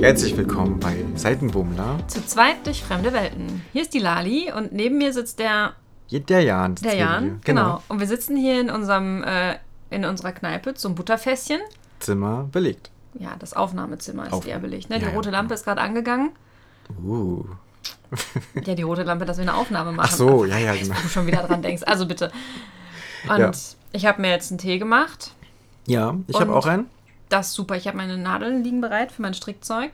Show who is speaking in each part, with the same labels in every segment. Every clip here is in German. Speaker 1: Herzlich willkommen bei Seitenbummler.
Speaker 2: Zu zweit durch fremde Welten. Hier ist die Lali und neben mir sitzt der,
Speaker 1: Der Jan. sitzt
Speaker 2: der
Speaker 1: neben
Speaker 2: Jan.
Speaker 1: dir. Genau.
Speaker 2: Und wir sitzen hier in unserem äh, in unserer Kneipe zum Butterfässchen.
Speaker 1: Zimmer belegt.
Speaker 2: Ja, das Aufnahmezimmer ist
Speaker 1: Auf-
Speaker 2: leer belegt. Ne?
Speaker 1: Ja,
Speaker 2: die
Speaker 1: ja,
Speaker 2: rote Lampe ist gerade angegangen.
Speaker 1: Uh.
Speaker 2: Ja, die rote Lampe, dass wir eine Aufnahme machen.
Speaker 1: Ach so, ja, ja, genau.
Speaker 2: Wo du schon wieder dran denkst. Also bitte. Und
Speaker 1: Ja.
Speaker 2: ich habe mir jetzt einen Tee gemacht.
Speaker 1: Ja, ich
Speaker 2: Und-
Speaker 1: habe auch einen.
Speaker 2: Das ist super. Ich habe meine Nadeln liegen bereit für mein Strickzeug.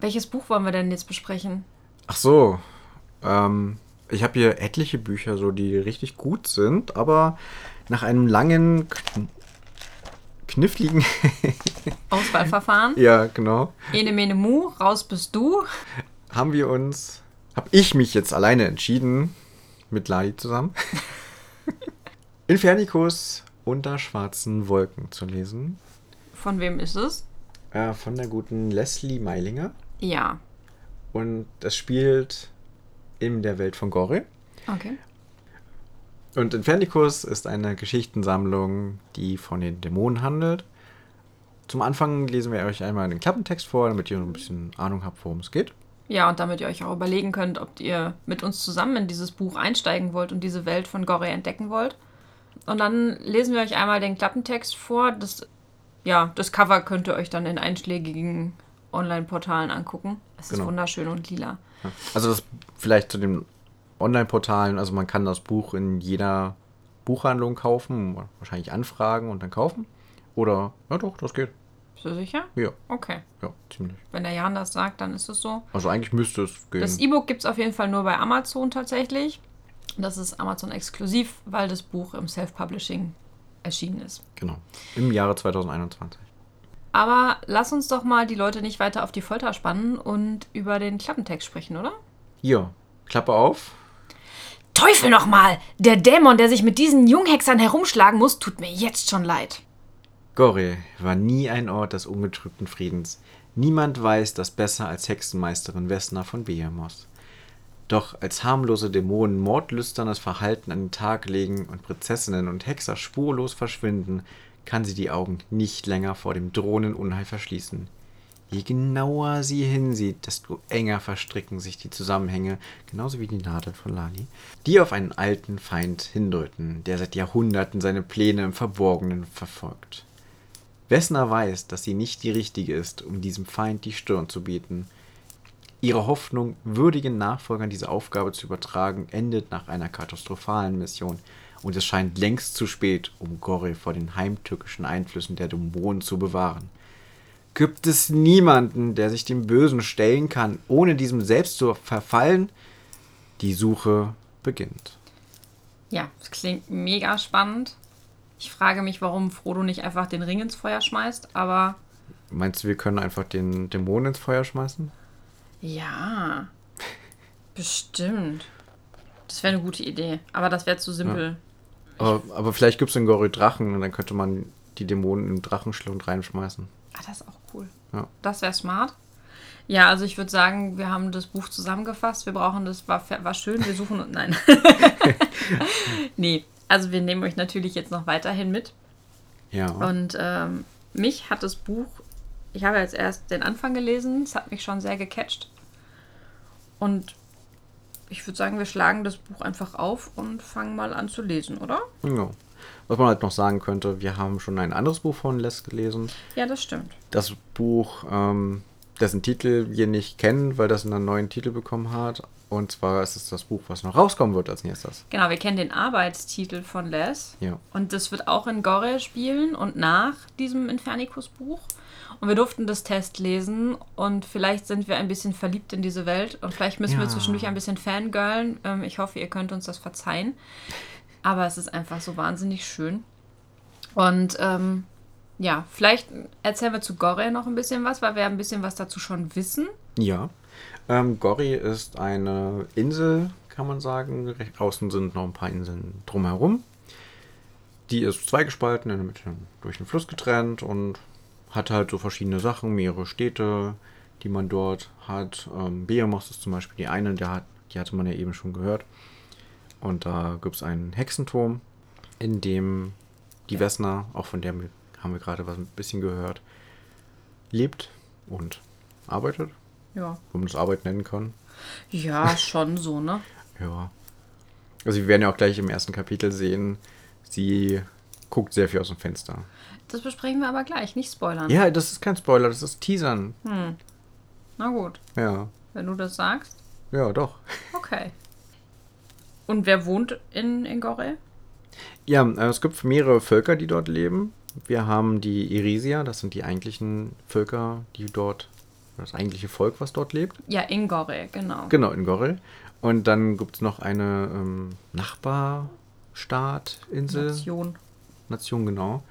Speaker 2: Welches Buch wollen wir denn jetzt besprechen?
Speaker 1: Ach so. Ähm, ich habe hier etliche Bücher, so die richtig gut sind, aber nach einem langen, kn kniffligen.
Speaker 2: Auswahlverfahren.
Speaker 1: ja, genau.
Speaker 2: Ene mene mu, raus bist du.
Speaker 1: Haben wir uns. Habe ich mich jetzt alleine entschieden. Mit Lali zusammen. Infernicus unter schwarzen Wolken zu lesen.
Speaker 2: Von wem ist es?
Speaker 1: Äh, von der guten Leslie Meilinger.
Speaker 2: Ja.
Speaker 1: Und das spielt in der Welt von Gore.
Speaker 2: Okay.
Speaker 1: Und Infernicus ist eine Geschichtensammlung, die von den Dämonen handelt. Zum Anfang lesen wir euch einmal den Klappentext vor, damit ihr ein bisschen Ahnung habt, worum es geht.
Speaker 2: Ja, und damit ihr euch auch überlegen könnt, ob ihr mit uns zusammen in dieses Buch einsteigen wollt und diese Welt von Gore entdecken wollt. Und dann lesen wir euch einmal den Klappentext vor. Das, ja, das Cover könnt ihr euch dann in einschlägigen Online-Portalen angucken. Es
Speaker 1: Genau.
Speaker 2: ist wunderschön und lila.
Speaker 1: Also das vielleicht zu den Online-Portalen. Also man kann das Buch in jeder Buchhandlung kaufen, wahrscheinlich anfragen und dann kaufen. Oder, ja doch, das geht.
Speaker 2: Bist du sicher?
Speaker 1: Ja,
Speaker 2: Okay.
Speaker 1: ja, ziemlich.
Speaker 2: Wenn der Jan das sagt, dann ist es so.
Speaker 1: Also eigentlich müsste es gehen.
Speaker 2: Das E-Book gibt es auf jeden Fall nur bei Amazon tatsächlich. Das ist Amazon exklusiv, weil das Buch im Self-Publishing erschienen ist.
Speaker 1: genau. Im Jahre 2021.
Speaker 2: Aber lass uns doch mal die Leute nicht weiter auf die Folter spannen und über den Klappentext sprechen, oder?
Speaker 1: Hier, Klappe auf.
Speaker 2: Teufel nochmal! Der Dämon, der sich mit diesen Junghexern herumschlagen muss, tut mir jetzt schon leid.
Speaker 1: Gore war nie ein Ort des ungetrübten Friedens. Niemand weiß das besser als Hexenmeisterin Vesna von Behemoth. Doch als harmlose Dämonen mordlüsternes Verhalten an den Tag legen und Prinzessinnen und Hexer spurlos verschwinden, kann sie die Augen nicht länger vor dem drohenden Unheil verschließen. Je genauer sie hinsieht, desto enger verstricken sich die Zusammenhänge, genauso wie die Nadel von Lali, die auf einen alten Feind hindeuten, der seit Jahrhunderten seine Pläne im Verborgenen verfolgt. Wessner weiß, dass sie nicht die Richtige ist, um diesem Feind die Stirn zu bieten. Ihre Hoffnung, würdigen Nachfolgern diese Aufgabe zu übertragen, endet nach einer katastrophalen Mission und es scheint längst zu spät, um Gore vor den heimtückischen Einflüssen der Dämonen zu bewahren. Gibt es niemanden, der sich dem Bösen stellen kann, ohne diesem selbst zu verfallen? Die Suche beginnt.
Speaker 2: Ja, das klingt mega spannend. Ich frage mich, warum Frodo nicht einfach den Ring ins Feuer schmeißt, aber
Speaker 1: Meinst du, wir können einfach den Dämonen ins Feuer schmeißen?
Speaker 2: ja. Bestimmt. Das wäre eine gute Idee, aber das wäre zu simpel.
Speaker 1: Aber, aber vielleicht gibt es in Gory Drachen und dann könnte man die Dämonen im Drachenschlund reinschmeißen.
Speaker 2: Ah, das ist auch cool.
Speaker 1: Ja.
Speaker 2: Das wäre smart. Ja, also ich würde sagen, wir haben das Buch zusammengefasst. Wir brauchen das, war, fa- war schön, wir suchen und nein. nee, also wir nehmen euch natürlich jetzt noch weiterhin mit.
Speaker 1: Ja.
Speaker 2: Und ähm, mich hat das Buch, ich habe jetzt erst den Anfang gelesen, es hat mich schon sehr gecatcht. Und ich würde sagen, wir schlagen das Buch einfach auf und fangen mal an zu lesen, oder?
Speaker 1: ja. Was man halt noch sagen könnte, wir haben schon ein anderes Buch von Les gelesen.
Speaker 2: Ja, das stimmt.
Speaker 1: Das Buch, ähm, dessen Titel wir nicht kennen, weil das einen neuen Titel bekommen hat. Und zwar ist es das Buch, was noch rauskommen wird als nächstes.
Speaker 2: Genau, wir kennen den Arbeitstitel von Les.
Speaker 1: Ja.
Speaker 2: Und das wird auch in Gore spielen und nach diesem Infernicus-Buch. Und wir durften das Test lesen und vielleicht sind wir ein bisschen verliebt in diese Welt und vielleicht müssen wir
Speaker 1: Ja.
Speaker 2: zwischendurch ein bisschen fangirlen. Ähm, ich hoffe, ihr könnt uns das verzeihen. Aber es ist einfach so wahnsinnig schön. Und ähm, ja, vielleicht erzählen wir zu Gore noch ein bisschen was, weil wir ein bisschen was dazu schon wissen.
Speaker 1: Ja. Ähm, Gori ist eine Insel, kann man sagen. Recht außen sind noch ein paar Inseln drumherum. Die ist zweigespalten, in der Mitte durch den Fluss getrennt und hat halt so verschiedene Sachen, mehrere Städte, die man dort hat. Ähm, Beamos ist zum Beispiel die eine, der hat, die hatte man ja eben schon gehört. Und da gibt es einen Hexenturm, in dem die Vesna, auch von der haben wir gerade was ein bisschen gehört, lebt und arbeitet,
Speaker 2: Ja.
Speaker 1: wenn man das Arbeit nennen kann.
Speaker 2: Ja, schon so, ne?
Speaker 1: Ja. Also wir werden ja auch gleich im ersten Kapitel sehen, sie guckt sehr viel aus dem Fenster.
Speaker 2: Das besprechen wir aber gleich, nicht spoilern.
Speaker 1: Ja, das ist kein Spoiler, das ist Teasern.
Speaker 2: Na gut,
Speaker 1: Ja.
Speaker 2: wenn du das sagst.
Speaker 1: Ja, doch.
Speaker 2: Okay. Und wer wohnt in, in Gorel?
Speaker 1: Ja, äh, es gibt mehrere Völker, die dort leben. Wir haben die Irisier, das sind die eigentlichen Völker, die dort, das eigentliche Volk, was dort lebt.
Speaker 2: Ja, in Gorel, genau.
Speaker 1: Genau, in Gorel. Und dann gibt es noch eine ähm, Nachbarstaat, Insel, Nation,
Speaker 2: Nation.
Speaker 1: genau.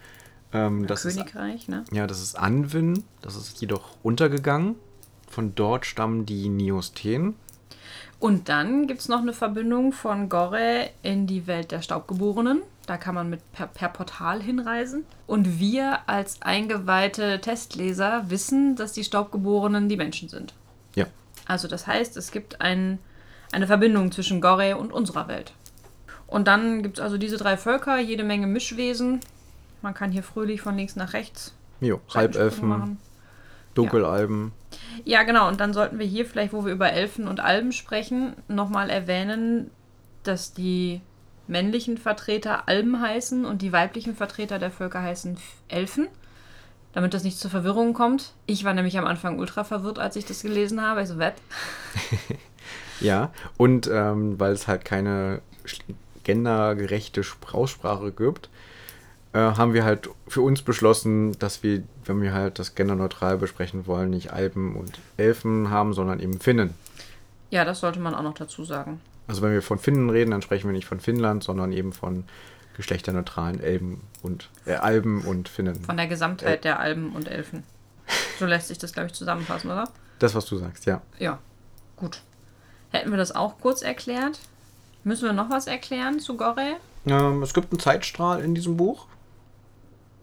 Speaker 1: Ähm, das ist,
Speaker 2: Königreich, ne?
Speaker 1: ja, das ist Anwin, das ist jedoch untergegangen. Von dort stammen die Niosteen.
Speaker 2: Und dann gibt es noch eine Verbindung von Gorel in die Welt der Staubgeborenen. Da kann man mit per, per Portal hinreisen. Und wir als eingeweihte Testleser wissen, dass die Staubgeborenen die Menschen sind.
Speaker 1: Ja,
Speaker 2: Also das heißt, es gibt ein, eine Verbindung zwischen Gorel und unserer Welt. Und dann gibt es also diese drei Völker, jede Menge Mischwesen. Man kann hier fröhlich von links nach rechts
Speaker 1: jo,
Speaker 2: Seitensprünge
Speaker 1: Halbelfen, Dunkelalben.
Speaker 2: Ja, genau. Und dann sollten wir hier vielleicht, wo wir über Elfen und Alben sprechen, nochmal erwähnen, dass die männlichen Vertreter Alben heißen und die weiblichen Vertreter der Völker heißen F- Elfen. Damit das nicht zur Verwirrung kommt. Ich war nämlich am Anfang ultra verwirrt, als ich das gelesen habe. Ich so, wett.
Speaker 1: Ja, und ähm, weil es halt keine sch- gendergerechte Spr- Aussprache gibt, äh, haben wir halt für uns beschlossen, dass wir, wenn wir halt das genderneutral besprechen wollen, nicht Alpen und Elfen haben, sondern eben Finnen.
Speaker 2: Ja, das sollte man auch noch dazu sagen.
Speaker 1: Also wenn wir von Finnen reden, dann sprechen wir nicht von Finnland, sondern eben von geschlechterneutralen Elben und äh, Alben und Finnen.
Speaker 2: Von der Gesamtheit der Alben und Elfen. So lässt sich das, glaube ich, zusammenfassen, oder?
Speaker 1: Das, was du sagst, ja.
Speaker 2: Ja, gut. Hätten wir das auch kurz erklärt? Müssen wir noch was erklären zu Gorel?
Speaker 1: Ähm, es gibt einen Zeitstrahl in diesem Buch.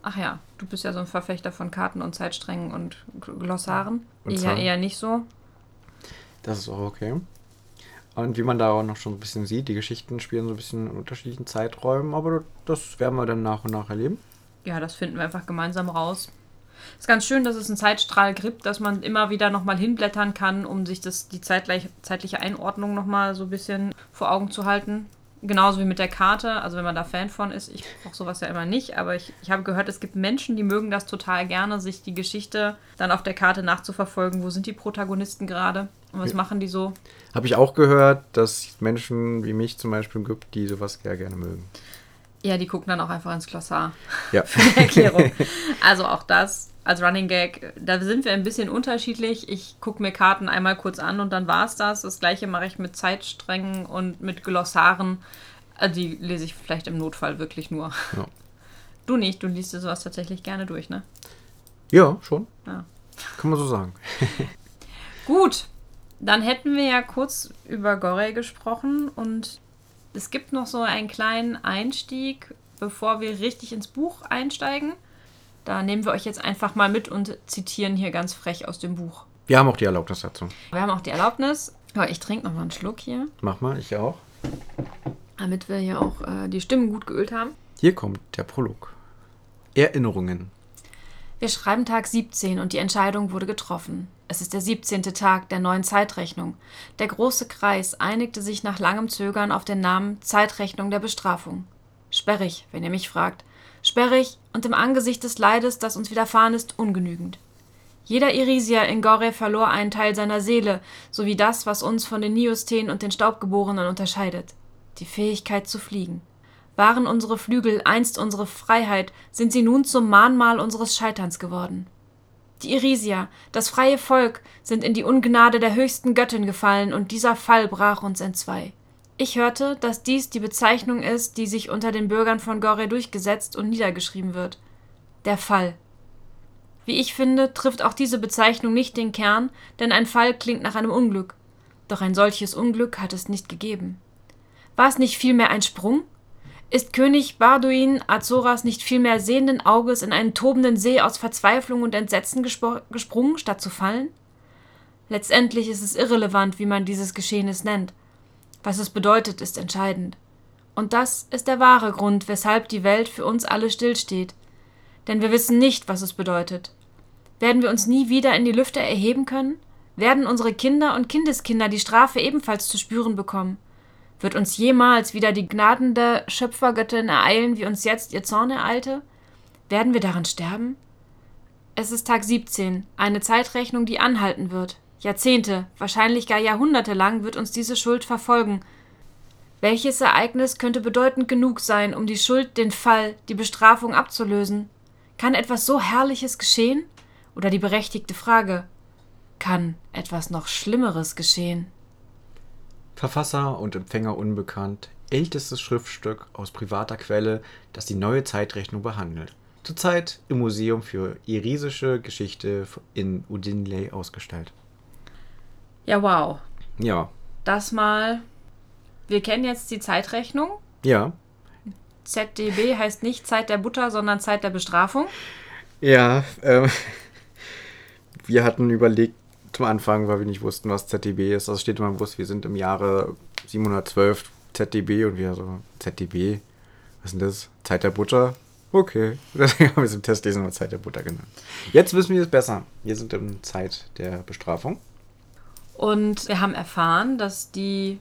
Speaker 2: Ach ja, du bist ja so ein Verfechter von Karten und Zeitsträngen und G- Glossaren.
Speaker 1: Und
Speaker 2: eher,
Speaker 1: Zahlen.
Speaker 2: eher nicht so.
Speaker 1: Das ist auch okay. Und wie man da auch noch schon ein bisschen sieht, die Geschichten spielen so ein bisschen in unterschiedlichen Zeiträumen, aber das werden wir dann nach und nach erleben.
Speaker 2: Ja, das finden wir einfach gemeinsam raus. Ist ganz schön, dass es einen Zeitstrahl gibt, dass man immer wieder nochmal hinblättern kann, um sich das, die zeitgleich, zeitliche Einordnung nochmal so ein bisschen vor Augen zu halten. Genauso wie mit der Karte, also wenn man da Fan von ist. Ich brauche sowas ja immer nicht, aber ich, ich habe gehört, es gibt Menschen, die mögen das total gerne, sich die Geschichte dann auf der Karte nachzuverfolgen. Wo sind die Protagonisten gerade? Und was machen die so?
Speaker 1: Habe ich auch gehört, dass es Menschen wie mich zum Beispiel gibt, die sowas sehr gerne mögen.
Speaker 2: Ja, die gucken dann auch einfach ins Glossar.
Speaker 1: Ja.
Speaker 2: Erklärung. Also auch das als Running Gag, da sind wir ein bisschen unterschiedlich. Ich gucke mir Karten einmal kurz an und dann war's das. Das gleiche mache ich mit Zeitsträngen und mit Glossaren. Äh, Die lese ich vielleicht im Notfall wirklich nur.
Speaker 1: Ja,
Speaker 2: Du nicht, du liest dir sowas tatsächlich gerne durch, ne?
Speaker 1: ja schon.
Speaker 2: Ja.
Speaker 1: Kann man so sagen.
Speaker 2: Gut, dann hätten wir ja kurz über Gorey gesprochen und es gibt noch so einen kleinen Einstieg, bevor wir richtig ins Buch einsteigen. Da nehmen wir euch jetzt einfach mal mit und zitieren hier ganz frech aus dem Buch.
Speaker 1: Wir haben auch die Erlaubnis dazu.
Speaker 2: Wir haben auch die Erlaubnis. Aber ich trinke nochmal einen Schluck hier,
Speaker 1: Mach mal, ich auch.
Speaker 2: damit wir hier auch äh, die Stimmen gut geölt haben.
Speaker 1: Hier kommt der Prolog. Erinnerungen.
Speaker 2: Wir schreiben Tag 17 und die Entscheidung wurde getroffen. Es ist der 17. Tag der neuen Zeitrechnung. Der große Kreis einigte sich nach langem Zögern auf den Namen Zeitrechnung der Bestrafung. Sperrig, wenn ihr mich fragt. Sperrig und im Angesicht des Leides, das uns widerfahren ist, ungenügend. Jeder Irisier in Gore verlor einen Teil seiner Seele, sowie das, was uns von den Niosteen und den Staubgeborenen unterscheidet. Die Fähigkeit zu fliegen. Waren unsere Flügel einst unsere Freiheit, sind sie nun zum Mahnmal unseres Scheiterns geworden. Die Irisier, das freie Volk, sind in die Ungnade der höchsten Göttin gefallen und dieser Fall brach uns entzwei. Ich hörte, dass dies die Bezeichnung ist, die sich unter den Bürgern von Gore durchgesetzt und niedergeschrieben wird. Der Fall. Wie ich finde, trifft auch diese Bezeichnung nicht den Kern, denn ein Fall klingt nach einem Unglück. Doch ein solches Unglück hat es nicht gegeben. War es nicht vielmehr ein Sprung? Ist König Barduin Azoras nicht vielmehr sehenden Auges in einen tobenden See aus Verzweiflung und Entsetzen gespro gesprungen, statt zu fallen? Letztendlich ist es irrelevant, wie man dieses Geschehnis nennt. Was es bedeutet, ist entscheidend. Und das ist der wahre Grund, weshalb die Welt für uns alle stillsteht. Denn wir wissen nicht, was es bedeutet. Werden wir uns nie wieder in die Lüfte erheben können? werden unsere Kinder und Kindeskinder die Strafe ebenfalls zu spüren bekommen. Wird uns jemals wieder die gnadende Schöpfergöttin ereilen, wie uns jetzt ihr Zorn ereilte? Werden wir daran sterben? Es ist Tag 17, eine Zeitrechnung, die anhalten wird. Jahrzehnte, wahrscheinlich gar Jahrhunderte lang wird uns diese Schuld verfolgen. Welches Ereignis könnte bedeutend genug sein, um die Schuld, den Fall, die Bestrafung abzulösen? Kann etwas so Herrliches geschehen? Oder die berechtigte Frage, kann etwas noch Schlimmeres geschehen?
Speaker 1: Verfasser und Empfänger unbekannt, ältestes Schriftstück aus privater Quelle, das die neue Zeitrechnung behandelt. Zurzeit im Museum für irisische Geschichte in Udinley ausgestellt.
Speaker 2: Ja, wow.
Speaker 1: Ja,
Speaker 2: Das mal. Wir kennen jetzt die Zeitrechnung.
Speaker 1: ja,
Speaker 2: ZDB heißt nicht Zeit der Butter, sondern Zeit der Bestrafung.
Speaker 1: ja. Ähm, wir hatten überlegt zum Anfang, weil wir nicht wussten, was ZDB ist. Also steht immer im Bus, wir sind im Jahre 712 ZDB und wir so ZDB. Was ist denn das? Zeit der Butter? Okay. Deswegen haben wir es im Test lesen mal Zeit der Butter genannt. Jetzt wissen wir es besser. Wir sind in Zeit der Bestrafung.
Speaker 2: Und wir haben erfahren, dass die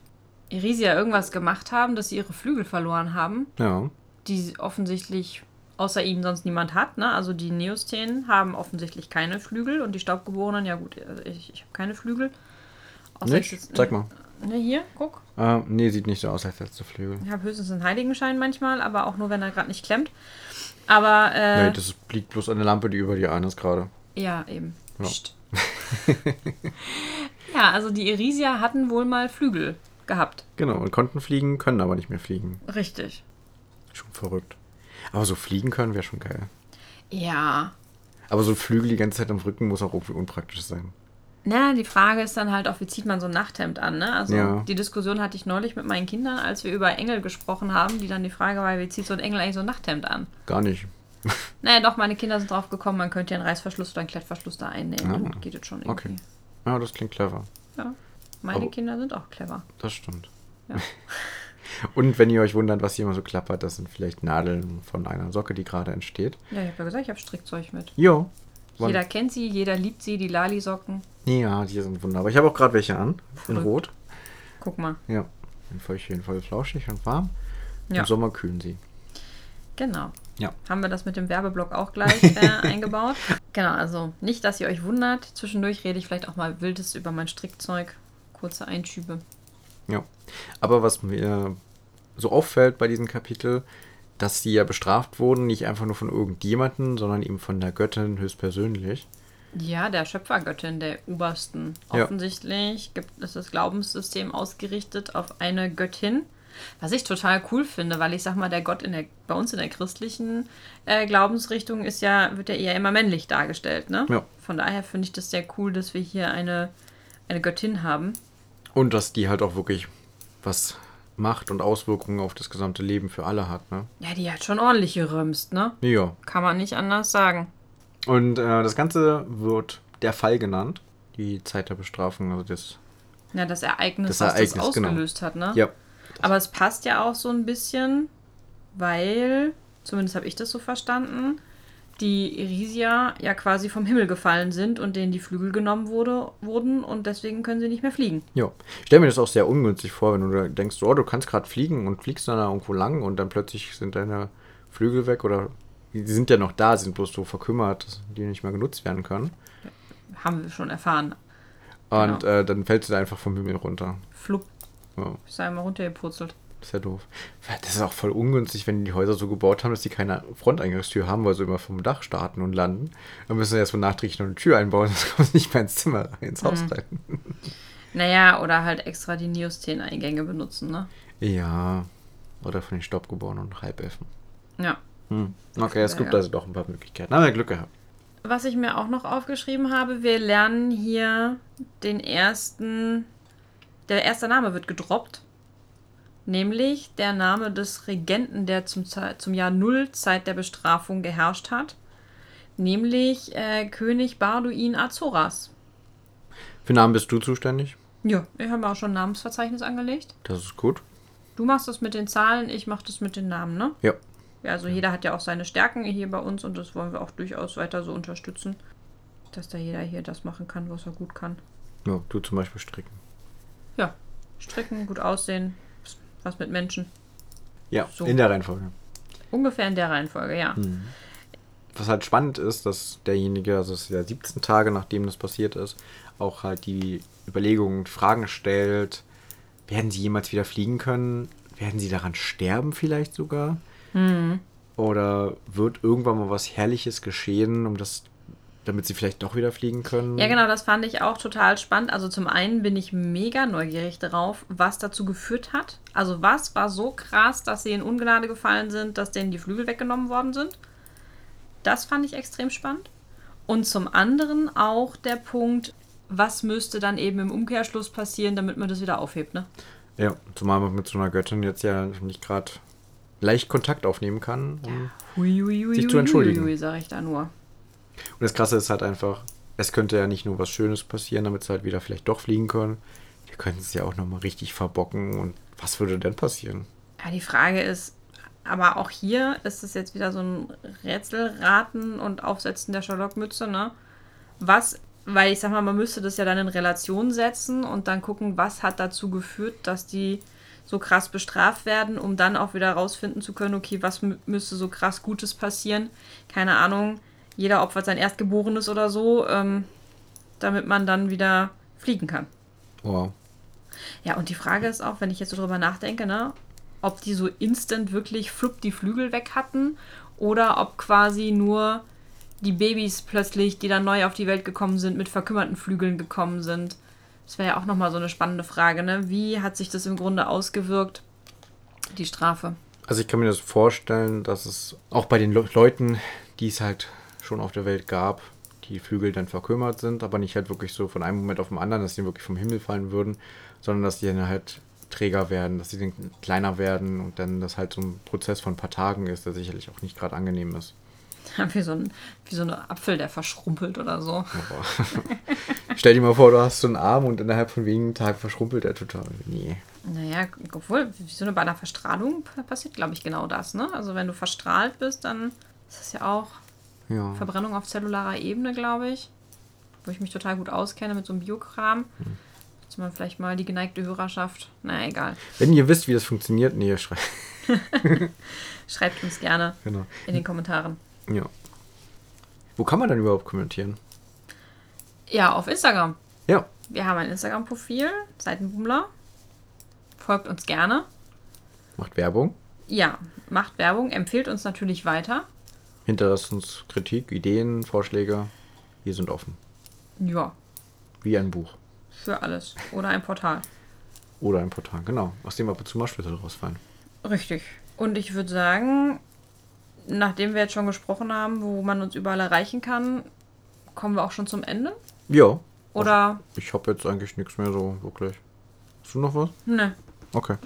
Speaker 2: Irisier irgendwas gemacht haben, dass sie ihre Flügel verloren haben,
Speaker 1: Ja.
Speaker 2: die offensichtlich außer ihnen sonst niemand hat. Ne? Also die Neosthenen haben offensichtlich keine Flügel und die Staubgeborenen, ja gut, also ich, ich habe keine Flügel. Außer ich
Speaker 1: Nicht?
Speaker 2: sitz-
Speaker 1: Zeig mal.
Speaker 2: Ne, hier, guck.
Speaker 1: Ähm, nee, sieht nicht so aus, als hättest du Flügel.
Speaker 2: Ich habe höchstens einen Heiligenschein manchmal, aber auch nur, wenn er gerade nicht klemmt. Aber äh,
Speaker 1: Nee, das liegt bloß an der Lampe, die über dir an ist gerade.
Speaker 2: Ja, eben.
Speaker 1: Ja.
Speaker 2: Psst. ja, also die Irisier hatten wohl mal Flügel gehabt.
Speaker 1: Genau, und konnten fliegen, können aber nicht mehr fliegen.
Speaker 2: Richtig.
Speaker 1: Schon verrückt. Aber so fliegen können wäre schon geil.
Speaker 2: Ja.
Speaker 1: Aber so Flügel die ganze Zeit am Rücken muss auch irgendwie unpraktisch sein.
Speaker 2: Na, die Frage ist dann halt auch, wie zieht man so ein Nachthemd an, ne? Also
Speaker 1: Ja.
Speaker 2: die Diskussion hatte ich neulich mit meinen Kindern, als wir über Engel gesprochen haben, die dann die Frage war, wie zieht so ein Engel eigentlich so ein Nachthemd an?
Speaker 1: Gar nicht.
Speaker 2: Naja, doch, meine Kinder sind drauf gekommen, man könnte ja einen Reißverschluss oder einen Klettverschluss da einnehmen.
Speaker 1: Ah.
Speaker 2: Dann geht es schon irgendwie.
Speaker 1: Okay. Ja, das klingt clever.
Speaker 2: Ja. Meine
Speaker 1: Aber-
Speaker 2: Kinder sind auch clever.
Speaker 1: Das stimmt.
Speaker 2: Ja.
Speaker 1: Und wenn ihr euch wundert, was hier immer so klappert, das sind vielleicht Nadeln von einer Socke, die gerade entsteht.
Speaker 2: Ja, ich habe ja gesagt, ich habe Strickzeug mit.
Speaker 1: Jo.
Speaker 2: Jeder kennt sie, jeder liebt sie, die Lali-Socken.
Speaker 1: Ja, die sind wunderbar. Ich habe auch gerade welche an. In
Speaker 2: Verrückt.
Speaker 1: Rot.
Speaker 2: Guck mal.
Speaker 1: Ja. Sind voll schön, voll flauschig und warm.
Speaker 2: Ja.
Speaker 1: Im Sommer kühlen sie.
Speaker 2: Genau.
Speaker 1: Ja.
Speaker 2: Haben wir das mit dem Werbeblock auch gleich äh, eingebaut. Genau, also nicht, dass ihr euch wundert. Zwischendurch rede ich vielleicht auch mal Wildes über mein Strickzeug. Kurze Einschübe.
Speaker 1: Ja. Aber was mir so auffällt bei diesem Kapitel, dass sie ja bestraft wurden, nicht einfach nur von irgendjemanden, sondern eben von der Göttin höchstpersönlich.
Speaker 2: Ja, der Schöpfergöttin, der Obersten.
Speaker 1: Ja.
Speaker 2: Offensichtlich gibt es das Glaubenssystem ausgerichtet auf eine Göttin. Was ich total cool finde, weil ich sag mal, der Gott in der, bei uns in der christlichen äh, Glaubensrichtung ist ja, wird ja eher immer männlich dargestellt, ne?
Speaker 1: Ja.
Speaker 2: Von daher finde ich das sehr cool, dass wir hier eine, eine Göttin haben.
Speaker 1: Und dass die halt auch wirklich was macht und Auswirkungen auf das gesamte Leben für alle hat, ne?
Speaker 2: Ja, die hat schon ordentlich gerümpst, ne?
Speaker 1: Ja.
Speaker 2: Kann man nicht anders sagen.
Speaker 1: Und äh, das Ganze wird der Fall genannt. Die Zeit der Bestrafung, also das.
Speaker 2: Ja, das Ereignis,
Speaker 1: Das
Speaker 2: was das
Speaker 1: Ereignis, genau.
Speaker 2: ausgelöst hat, ne?
Speaker 1: Ja.
Speaker 2: Aber es passt ja auch so ein bisschen, weil, zumindest habe ich das so verstanden, die Irisier ja quasi vom Himmel gefallen sind und denen die Flügel genommen wurde, wurden und deswegen können sie nicht mehr fliegen.
Speaker 1: Ja. Ich stelle mir das auch sehr ungünstig vor, wenn du da denkst, oh, du kannst gerade fliegen und fliegst dann da irgendwo lang und dann plötzlich sind deine Flügel weg oder die sind ja noch da, sind bloß so verkümmert, dass die nicht mehr genutzt werden können.
Speaker 2: Haben wir schon erfahren.
Speaker 1: Und
Speaker 2: Genau.
Speaker 1: äh, dann fällst du da einfach vom Himmel runter.
Speaker 2: Flupp,
Speaker 1: Ja,
Speaker 2: ist da einmal runtergepurzelt.
Speaker 1: ist ja doof. Das ist auch voll ungünstig, wenn die die Häuser so gebaut haben, dass die keine Fronteingangstür haben, weil sie immer vom Dach starten und landen. Dann müssen sie erstmal nachträglich noch eine Tür einbauen, sonst kommen sie nicht mehr ins Zimmer, rein, ins
Speaker 2: Mhm.
Speaker 1: Haus rein.
Speaker 2: Naja, oder halt extra die Neosthene-Eingänge benutzen, ne?
Speaker 1: Ja. Oder von den Staubgeborenen und Halbelfen.
Speaker 2: Ja.
Speaker 1: Hm. Okay, es
Speaker 2: Ja,
Speaker 1: gibt
Speaker 2: ja.
Speaker 1: also doch ein paar Möglichkeiten. Haben wir Glück gehabt.
Speaker 2: Was ich mir auch noch aufgeschrieben habe, wir lernen hier den ersten. Der erste Name wird gedroppt. Nämlich der Name des Regenten, der zum, Zei- zum Jahr Null Zeit der Bestrafung geherrscht hat. Nämlich äh, König Barduin Azoras.
Speaker 1: Für Namen bist du zuständig.
Speaker 2: Ja, ich habe mir auch schon ein Namensverzeichnis angelegt.
Speaker 1: Das ist gut.
Speaker 2: Du machst das mit den Zahlen, ich mache das mit den Namen, ne?
Speaker 1: Ja.
Speaker 2: Ja, also jeder hat ja auch seine Stärken hier bei uns und das wollen wir auch durchaus weiter so unterstützen, dass da jeder hier das machen kann, was er gut kann.
Speaker 1: Ja, du zum Beispiel stricken.
Speaker 2: Ja, stricken, gut aussehen, was mit Menschen.
Speaker 1: Ja,
Speaker 2: So.
Speaker 1: in der Reihenfolge.
Speaker 2: Ungefähr in der Reihenfolge, ja.
Speaker 1: Mhm. Was halt spannend ist, dass derjenige, also es ist ja 17 Tage nachdem das passiert ist, auch halt die Überlegungen und Fragen stellt, werden sie jemals wieder fliegen können? Werden sie daran sterben vielleicht sogar?
Speaker 2: Hm.
Speaker 1: Oder wird irgendwann mal was Herrliches geschehen, um das, damit sie vielleicht doch wieder fliegen können?
Speaker 2: Ja, genau, das fand ich auch total spannend. Also zum einen bin ich mega neugierig darauf, was dazu geführt hat. Also was war so krass, dass sie in Ungnade gefallen sind, dass denen die Flügel weggenommen worden sind. Das fand ich extrem spannend. Und zum anderen auch der Punkt, was müsste dann eben im Umkehrschluss passieren, damit man das wieder aufhebt, ne?
Speaker 1: Ja, zumal man mit so einer Göttin jetzt ja nicht gerade leicht Kontakt aufnehmen kann. um Und
Speaker 2: Hui, hui, hui,
Speaker 1: Mhm. Sich zu
Speaker 2: hui,
Speaker 1: entschuldigen.
Speaker 2: hui, sag ich da nur.
Speaker 1: das Krasse ist halt einfach, es könnte ja nicht nur was Schönes passieren, damit sie halt wieder vielleicht doch fliegen können. Wir könnten es ja auch nochmal richtig verbocken und was würde denn passieren?
Speaker 2: Ja, die Frage ist, aber auch hier ist es jetzt wieder so ein Rätselraten und Aufsetzen der Sherlock-Mütze, ne? Was, weil ich sag mal, man müsste das ja dann in Relation setzen und dann gucken, was hat dazu geführt, dass die so krass bestraft werden, um dann auch wieder rausfinden zu können, okay, was mü- müsste so krass Gutes passieren? Keine Ahnung, jeder opfert sein Erstgeborenes oder so, ähm, damit man dann wieder fliegen kann.
Speaker 1: Wow.
Speaker 2: Ja, und die Frage ist auch, wenn ich jetzt so drüber nachdenke, ne, ob die so instant wirklich flupp die Flügel weg hatten oder ob quasi nur die Babys plötzlich, die dann neu auf die Welt gekommen sind, mit verkümmerten Flügeln gekommen sind. Das wäre ja auch nochmal so eine spannende Frage, ne? Wie hat sich das im Grunde ausgewirkt, die Strafe?
Speaker 1: Also ich kann mir das vorstellen, dass es auch bei den Le Leuten, die es halt schon auf der Welt gab, die Flügel dann verkümmert sind, aber nicht halt wirklich so von einem Moment auf den anderen, dass die wirklich vom Himmel fallen würden, sondern dass die dann halt träger werden, dass sie dann kleiner werden und dann das halt so ein Prozess von ein paar Tagen ist, der sicherlich auch nicht gerade angenehm ist.
Speaker 2: Wie so, ein, wie so ein Apfel, der verschrumpelt oder so.
Speaker 1: Aber Stell dir mal vor, du hast so einen Arm und innerhalb von wenigen Tagen verschrumpelt er total. Nee.
Speaker 2: Naja, obwohl, wie so eine bei einer Verstrahlung p- passiert, glaube ich, genau das, ne? Also wenn du verstrahlt bist, dann ist das ja auch
Speaker 1: Ja.
Speaker 2: Verbrennung auf zellularer Ebene, glaube ich. Wo ich mich total gut auskenne mit so einem Biokram. Jetzt man vielleicht mal die geneigte Hörerschaft. Na, egal.
Speaker 1: Wenn ihr wisst, wie das funktioniert, nee, schrei.
Speaker 2: Schreibt uns gerne
Speaker 1: Genau.
Speaker 2: in den Kommentaren.
Speaker 1: Ja. Wo kann man dann überhaupt kommentieren?
Speaker 2: Ja, auf Instagram.
Speaker 1: Ja.
Speaker 2: Wir haben ein Instagram-Profil, Seitenbummler. Folgt uns gerne.
Speaker 1: Macht Werbung.
Speaker 2: Ja, macht Werbung, empfehlt uns natürlich weiter.
Speaker 1: Hinterlasst uns Kritik, Ideen, Vorschläge. Wir sind offen.
Speaker 2: Ja,
Speaker 1: Wie ein Buch.
Speaker 2: für alles. Oder ein Portal.
Speaker 1: Oder ein Portal. Genau. Aus dem ab und zu mal Schlüssel rausfallen.
Speaker 2: Richtig. Und ich würde sagen, nachdem wir jetzt schon gesprochen haben, wo man uns überall erreichen kann, kommen wir auch schon zum Ende.
Speaker 1: Ja.
Speaker 2: Oder
Speaker 1: Ich habe jetzt eigentlich nichts mehr so wirklich. Hast du noch was?
Speaker 2: ne,
Speaker 1: Okay.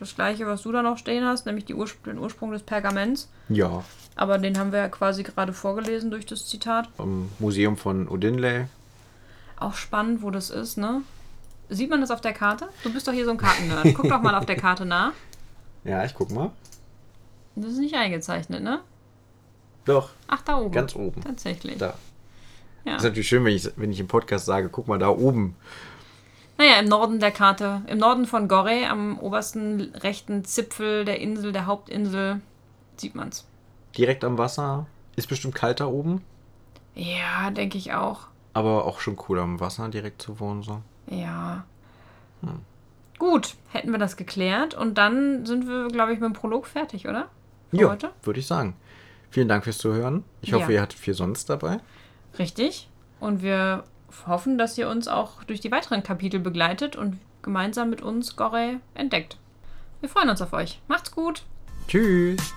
Speaker 2: das gleiche, was du da noch stehen hast, nämlich die Urspr den Ursprung des Pergaments.
Speaker 1: Ja.
Speaker 2: Aber den haben wir ja quasi gerade vorgelesen durch das Zitat.
Speaker 1: Im ähm, Museum von Odinley.
Speaker 2: Auch spannend, wo das ist, ne? Sieht man das auf der Karte? Du bist doch hier so ein Kartennerd. Guck doch mal auf der Karte nach.
Speaker 1: Ja, ich guck mal.
Speaker 2: Das ist nicht eingezeichnet, ne?
Speaker 1: Doch.
Speaker 2: Ach, da oben.
Speaker 1: Ganz oben.
Speaker 2: Tatsächlich.
Speaker 1: Da. Also
Speaker 2: Ja.
Speaker 1: Ist natürlich schön, wenn ich, wenn ich im Podcast sage, guck mal da oben.
Speaker 2: Naja, im Norden der Karte. Im Norden von Gorre, am obersten rechten Zipfel der Insel, der Hauptinsel, sieht man's.
Speaker 1: Direkt am Wasser. Ist bestimmt kalt da oben.
Speaker 2: Ja, denke ich auch.
Speaker 1: Aber auch schon cool am Wasser direkt zu wohnen. So.
Speaker 2: Ja. Gut, hätten wir das geklärt und dann sind wir, glaube ich, mit dem Prolog fertig, oder? Für
Speaker 1: Ja,
Speaker 2: heute?
Speaker 1: würde ich sagen. Vielen Dank fürs Zuhören. Ich hoffe,
Speaker 2: Ja.
Speaker 1: ihr hattet viel sonst dabei.
Speaker 2: Richtig. Und wir hoffen, dass ihr uns auch durch die weiteren Kapitel begleitet und gemeinsam mit uns Gorre entdeckt. Wir freuen uns auf euch. Macht's gut!
Speaker 1: Tschüss.